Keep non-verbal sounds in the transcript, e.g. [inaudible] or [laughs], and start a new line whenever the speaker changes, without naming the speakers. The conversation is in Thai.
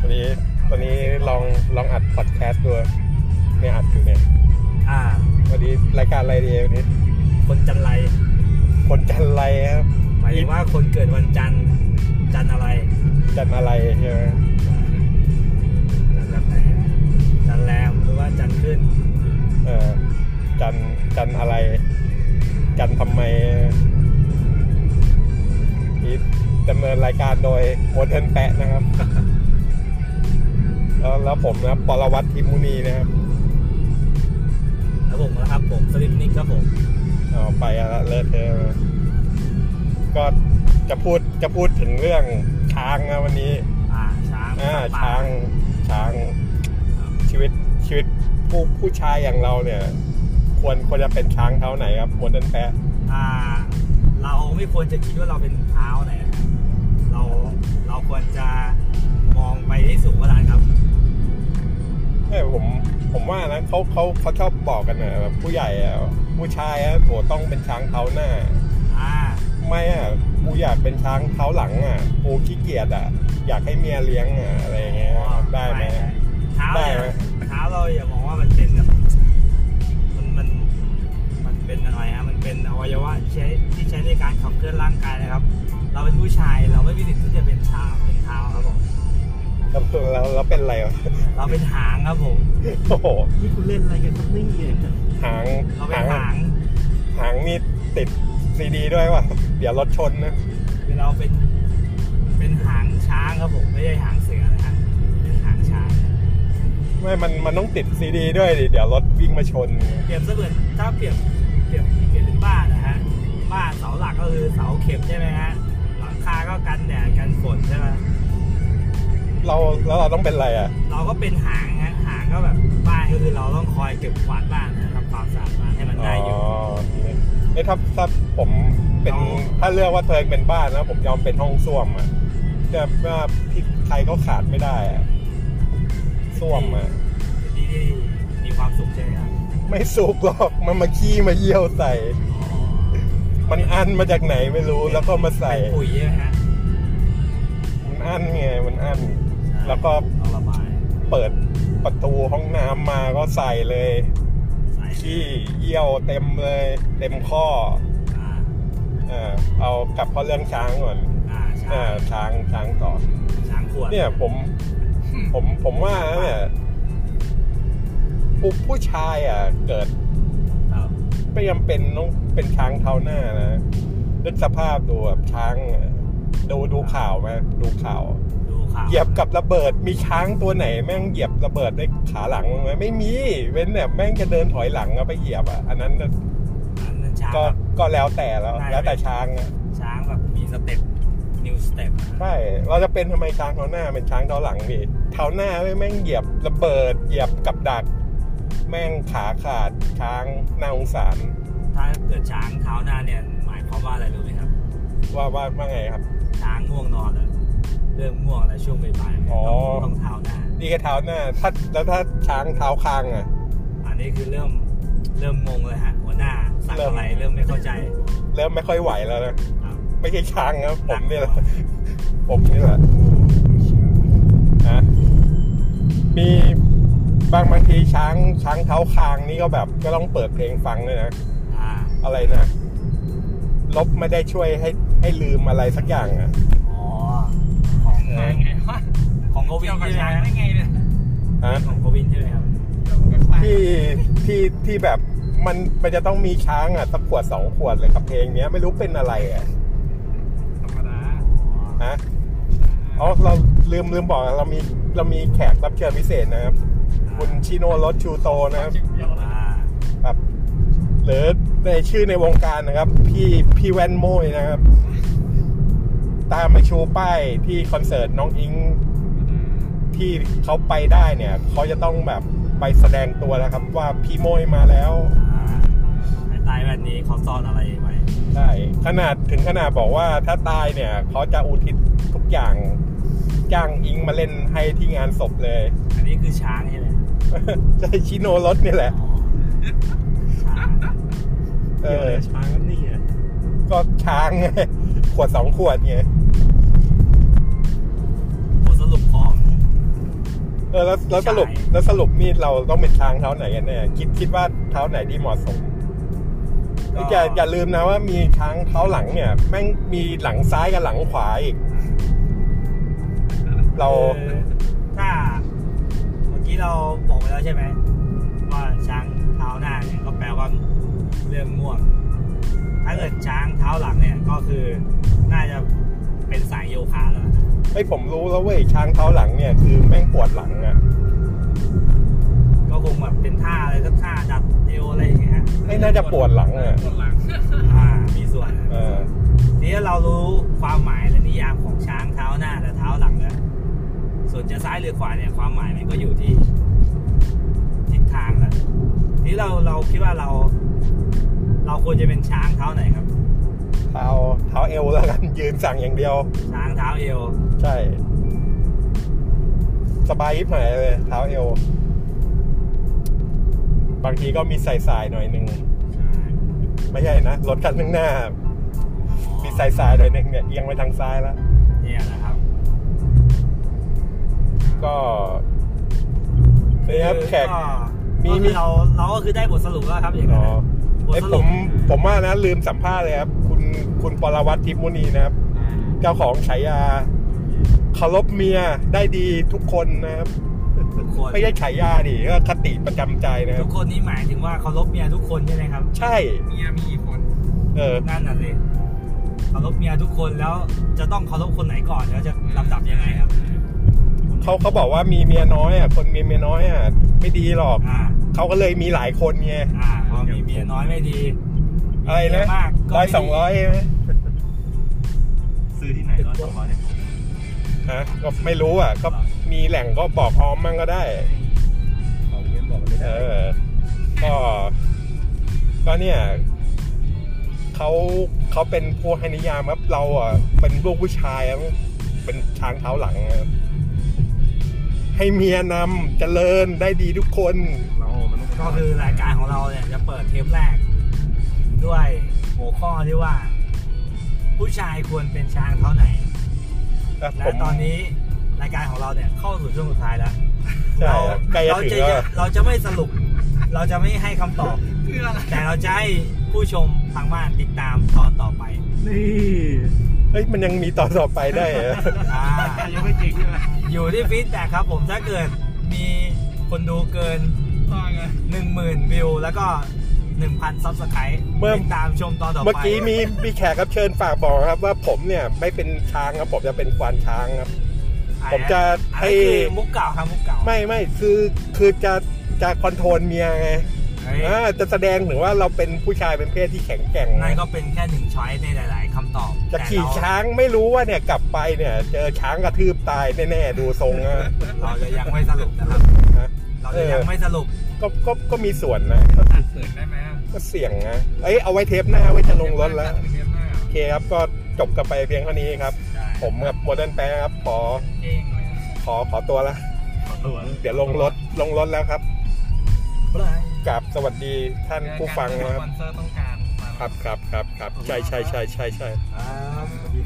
ตอนนี้ลองลองอัดพอดแคสต์ดูเนี่ยอัดอยู่เนี่ย
อ่า
วันนี้รายการอะไรดีวันนี้
คนจันไร
คนจันไรครับ
หมายถึงว่าคนเกิดวันจันทร์จันทร์อะไร
จันอะไรใช่ไหม
จันทร์แบบไหนจันทร์แรมหรือว่าจันทร์ขึ้น
เออจันจันอะไร จันทำไมนี่ดำเนินรายการโดยโอเทนแปะนะครับ [laughs] แล้วแล้วผมนะครับปรวัตรทิมมุนีนะครับ
แล้วผมนะครับผมสลิปนิกครับผม
อ๋อไปละเลิศเทอะนะก็จะพูดจะพูดถึงเรื่องช้างนะวันนี้
อ่าช้าง
อ่า
สัตว์ป่
ช้างช้างชีวิตชีวิตผู้ผู้ชายอย่างเราเนี่ย ควรควรจะเป็นช้างเท้าไหนครับโมเดิร์นแปะ
อ่า เราไม่ควรจะคิดว่าเราเป็นเท้าไหนนะเราเราควรจะมองไปที่สูงกว่านั้นครับ
เอ้ยผมผมว่านะเขาเขาเขาชอบบอกกันนะแบบผู้ใหญ่อะผู้ชายอะโหต้องเป็นช้างเท้าหน้า
อ่า
ไม่อะกูอยากเป็นช้างเท้าหลังอะกูขี้เกียจอะอยากให้เมียเลี้ยงอะอะไรอย่างเงี้ยได้ไหม
เท้า
ได้
เนี่ย
ไหม
เท้าเราอย่ามองว่ามันเป็นแบบมันมันมันเป็นอะไรฮะมันเป็นอวัยวะที่ใช้ที่ใช้ในการขับเคลื่อนร่างกายนะครับ เราเป็นผู้ชายเราไม่มีสิทธิ์ที่จะเป็นเท้าเป็นเท้าครับผม
แล้วแล้วแล้วเป็นอะไรวะ [laughs]
เราเป็นหางครับผม
โอ้โห
นี่คุณเล่นอะไรกันครับนี่เนี่ย
หาง
เราเป็น
หาง
หาง
หางนี่ติดซีดีด้วยว่ะเดี๋ยวรถชนนะ
คือเราเป็นเป็นหางช้างครับผมไม่ใช่หางเสือนะฮะเป็นหางช้าง
ไม่ มัน มันต้องติดซีดีด้วยดิ เดี๋ยวรถวิ่งมาชน
เปรียบเสมือนถ้าเปรียบเปรียบเปรียบเป็นบ้านนะฮะบ้านเสาหลักก็คือเสาเข็มใช่ไหมฮะหลังคาก็กันแดดกันฝนใช่ไหม
เราแล้วเราต้องเป็นอะไรอ่ะ
เราก็เป็นหางฮะหางก็แบบบ้านก็คือเราต้องคอยเก็บกวาดบ้านนะทำความสะอาดบ้านให้มัน
อ๋อ
ได้อยู่
เอ้ยถ้าถ้าผมเป็น
เอา
ถ้าเลือกว่าเธอเป็นบ้านนะ ผมยอมเป็นห้องส้วมอ่ะจะว่าพี่ใครก็ขาดไม่ได้อ่ะส้วมอ่ะ
ที่ที่มีความสุขใช่ไหมครับ
ไม่สูบหรอก มันมาขี้มาเยี่ยวใส่ มันอั้นมาจากไหนไม่รู้ แล้วก็มาใส่
เป็นปุ๋ยใช่ไหมฮะ
มันอั้นไง มันอั้น แล้วก็
เอาระบาย
เปิดประตูห้องน้ำมาก็ใส่เลย
ใส่
ขี้เยี่ยวเต็มเลย เต็มข้อ
อ่า
เออเอากลับเข้าเรื่องช้างก่อน
อ่าช้า
เอ่าง ช้างช้างต่อ
ช้างขวด
เนี่ยผมผมผมว่านะเนี่ยผู้ผู้ชายอ่ะ เกิด
ครับ
ไม่จำเป็นต้องเป็นช้างเท้าหน้านะนึกสภาพดูแบบช้างอ่ะดูดูข่าวไหมดูข่าว
ดูข่าว
เหยียบกับระเบิดมีช้างตัวไหน แม่งเหยียบระเบิดด้วยขาหลังไหมไม่มีเว้นแบบแม่งจะเดินถอยหลังแล้วไปเหยียบอ่ะอันนั้นน่ะ
อันนั้นช้าง
ก็
แบบ
ก็แล้วแต่แล้ว แล้วแต่ช้างอ่ะ
ช้างแบบมีสเต็ปนิวสเต็ป
ใช่ เราจะเป็นทำไมช้างเท้าหน้าเป็นช้างเท้าหลังดิเท้าหน้าแม่งเหยียบระเบิด เหยียบกับดัก แม่งขาขาดช้างน่าสงสาร
ถ้าเกิดช้างเท้าหน้าเนี่ยหมายความว่าอะไรรู้ไหมครับ
ว่าว่าว่าไงครับ
ช้างง่วงนอนเลยเริ่มง่วงแล้วช่วงบ่ายๆ
อ๋อ
ต้องต้องเท้าหน้า
นี่แค่เท้าหน้าถ้าแล้วถ้าช้างเท้าคางอ่ะ
อันนี้คือเริ่มเริ่มงงเลยฮะหัวหน้าสั่งอะไรเริ่มไม่เข้าใจ
เริ่มไม่ค่อยไหวแล้วนะ
ครับ
ไม่ใช่ช้างครับผมเนี่ยแหละ
หนักกว่
ผมเนี่ยแหละนะมีบางบางทีช้างช้างเท้าคางนี่ก็แบบ ก็ต้องเปิดเพลงฟังเลยนะ
อ่า
อะไรนะลบไม่ได้ช่วยให้ให้ลืมอะไรสักอย่างอ่ะ
อ๋อของ
เออ
ของโควิน
เกี่ยวกับ
ใช่ไหม
ช้าง
ฮะ
ได้ไงเนี่ย
ฮะ
ของโควินใช่ไหมครับ
เกี่ยวกับช้าง
ที่ที่ที่แบบมันมันจะต้องมีช้างอ่ะสักขวดสองขวดเลยกับเพลงเนี้ยไม่รู้เป็นอะไรอ่ะ
ธรรมดา
ฮะอ๋อเราลืมลืมบอกเรามีเรามีแขกรับเชิญพิเศษนะครับ คุณชิโนรถชูโตนะครับ
จิ๊บเดียวนะ
อ่า
ครับหรือในชื่อในวงการนะครับ พี่พี่แว่นโมยนะครับ ตามมาชูป้ายที่คอนเสิร์ตน้องอิง ที่เขาไปได้เนี่ย เขาจะต้องแบบไปแสดงตัวนะครับ ว่าพี่โมยมาแล้ว
อ่าไอ้ตายแบบนี้เขาซ่อนอะไรไว้
ใช่ขนาดถึงขนาดบอกว่าถ้าตายเนี่ย เขาจะอุทิศทุกอย่างจ้างอิงมาเล่นให้ที่งานศพเลย [laughs]
อันนี้คือช้างใช่ไหม
ใช่ชิโนรถนี่แหละ
อ๋อช้าง
เอ
เกี่ยวอะไร
อ
กับช้างครับนี่เนี่ย
ก็ช้างไงขวดสองขวดไง
บทสรุปของ
ออแล้วแล้วสรุป
ใช่
แล้วสรุปนี่เราต้องเป็นทางเท้าไหนกันแน่คิดคิดว่าเท้าไหนที่เหมาะสมอย่าอย่าลืมนะว่ามีทางเท้าหลังเนี่ยแม่งมีหลังซ้ายกับหลังขวาอีก เรา
คือถ้าเมื่อกี้เราบอกไปแล้วใช่ไหมว่าช้างเท้าหน้าเนี่ยก็แปลว่าเรื่องง่วง ถ้าเกิดช้างเท้าหลังเนี่ยก็คือน่าจะเป็นสายโยคะแล้วนะ
ไอ้ยผมรู้แล้วเว้ยช้างเท้าหลังเนี่ยคือแม่งปวดหลังอะ
ก็คงแบบเป็นท่าอะไรก็ท่าดัดเอวอะไรอย่างเงี้ยฮะ
ไอ้ยน่าจะปวดหลังอะ
ปวดหลัง
อ่ามีส่วนนะ
เออ
ทีนี้เรารู้ความหมายและนิยามของช้างเท้าหน้าและเท้าหลังแล้วส่วนจะซ้ายหรือขวาเนี่ยความหมายมันก็อยู่ที่ทิศทางแล้วทีนี้เราเราคิดว่าเรา เราควรจะเป็นช้างเท้าไหนครับ
เท้าเท้าเอวแล้วกัน [laughs] ยืนสั่งอย่างเดียว
ช้างเท้าเอว
ใช่ สบายยิบหน่อยเลยเท้าเอว บางทีก็มีใส่สายๆหน่อยหนึ่งไม่ใช่นะรถคันข้างหน้า มีสายสายๆหน่อยหนึ่งเนี่ยเอียงไปทางซ้ายแล้ว
เนี่ยนะครับ
ก็เนี่ยครับแขก
ก็
มี
ก็
มี
คือเราเราก็คือได้บทสรุปแล้วครับอย่าง
อ๋
นั้
อน
นะบท
ไอย
ส
ผ
รุป
มผมว่านะ ลืมสัมภาษณ์เลยครับ คุณคุณปรวัตรทิพย์มุนีนะครับ เจ้าของฉายาเคารพเมียได้ดีทุกคนนะครับ
ทุกคน
ไม่ใช่ฉายาดิก็คติประจำใจนะค
ทุ
รับ
กคนนี่หมายถึงว่าเคารพเมียทุกคนใช่ไหมครับ
ใช่
เมียมีกี่คน
เออ
นั่นน่ะสิเคารพเมียทุกคนแล้วจะต้องเคารพคนไหนก่อนแล้วจะลำดับยังไงครับ
เขาเขาบอกว่ามีเมียน้อยอ่ะ คนมีเมียน้อยอ่ะ ไม่ดีหรอก
อ่า
เขาก็เลยมีหลายคนไง
อ่าพอมีเมียน้อยไม่ดี
อะไร
มีเมี
นะ
ยมากก็
ร้อย
ไม่ดี
สองร้อยไหม
ซื้อที่ไหนร้อยสองร้อยเนี่ย
ฮะก็ไม่รู้อ่ะ ก็มีแหล่งก็บอกออมมั่งก็ได้
ของเล่นบอกไม่
เอ
ได้
อ ก็ ก็เนี่ยเขาเขาเป็นผู้ให้นิยามครับ เราอ่ะ เป็นลูกผู้ชายครับเป็นช้างเท้าหลังครับให้เมียนำเจริญได้ดีทุกคน
เรามันต้อง
ก็คือรายการของเราเนี่ยจะเปิดเทปแรก ด้วยหัวข้อที่ว่า ผู้ชายควรเป็นช้างเท่าไหน
แต่ผ
และ
ม
ตอนนี้รายการของเราเนี่ยเข้าสู่ช่วงสุดท้ายแล้ว
ใช่
เรา
ครับใกล้จะ
เรา
ถึ
จะ
งแล้ว
เราจะไม่สรุป เราจะไม่ให้คำตอบ
เพื่ออะไร
แต่เราจะให้ผู้ชมทางบ้านติดตามตอน
[laughs]
ต่อไป
นี่
เฮ้ย มันยังมีต่อต่อไปได้เหรอ
อ่า
ยังไม่จริงเลย
อยู่ที่ฟีดแบ็กครับผมถ้าเกิดมีคนดูเกิน
ต่อไง
10,000 วิว แล้วก็ 1,000ซับสไครต์
เมื่อ
ติดตามชมตอนต่อไป
เมื่อกี้มีมีแขกรับเชิญฝากบอกครับ ว่าผมเนี่ยไม่เป็นช้างครับผมจะเป็นควานช้างครับ
อ่
ผมจะ
อัน
ให้
นี้คือมุกเก่าครับมุกเก่า
ไม่ไม่คือคือจะจะคอนโทรลเมียไง
เฮ้ย
อ่าจะแสดงถึงว่าเราเป็นผู้ชายเป็นเพศที่แข็งแกร่ง
นั่นก็เป็นแค่หนึ่งช้อยในหลาย ๆคำตอบ
จะขี่
แต่เร
ช้างไม่รู้ว่าเนี่ยกลับไปเนี่ย เจอช้างกระทืบตายแน่ๆดูทรงนะ
เราจะยังไม่สรุปนะครับ
ฮะ
เราจะยังไม่สรุป
ก็ก็ก็มีส่วนนะก็
ตัดเสริมได้ไหม
ก็เสี่ยงนะเอ้ยเอาไว้เทปหน้าไว้จะลงรถแล้ว
เทปหน้า
โอเคครับก็จบกันไปเพียงเท่านี้ครับ ผมกับโมเดิร์นแปะครับขอ
เก่งเลย
ขอขอตัวละ
ขอตัว
เดี๋ยวลงรถลงรถแล้วครับ กับสวัสดีท่านผู้ฟังนะครับ
สปอนเซอร์ต้องการมา
ครับครับครับครับใช่ใช่ใช่ใช่ใช่
ครับ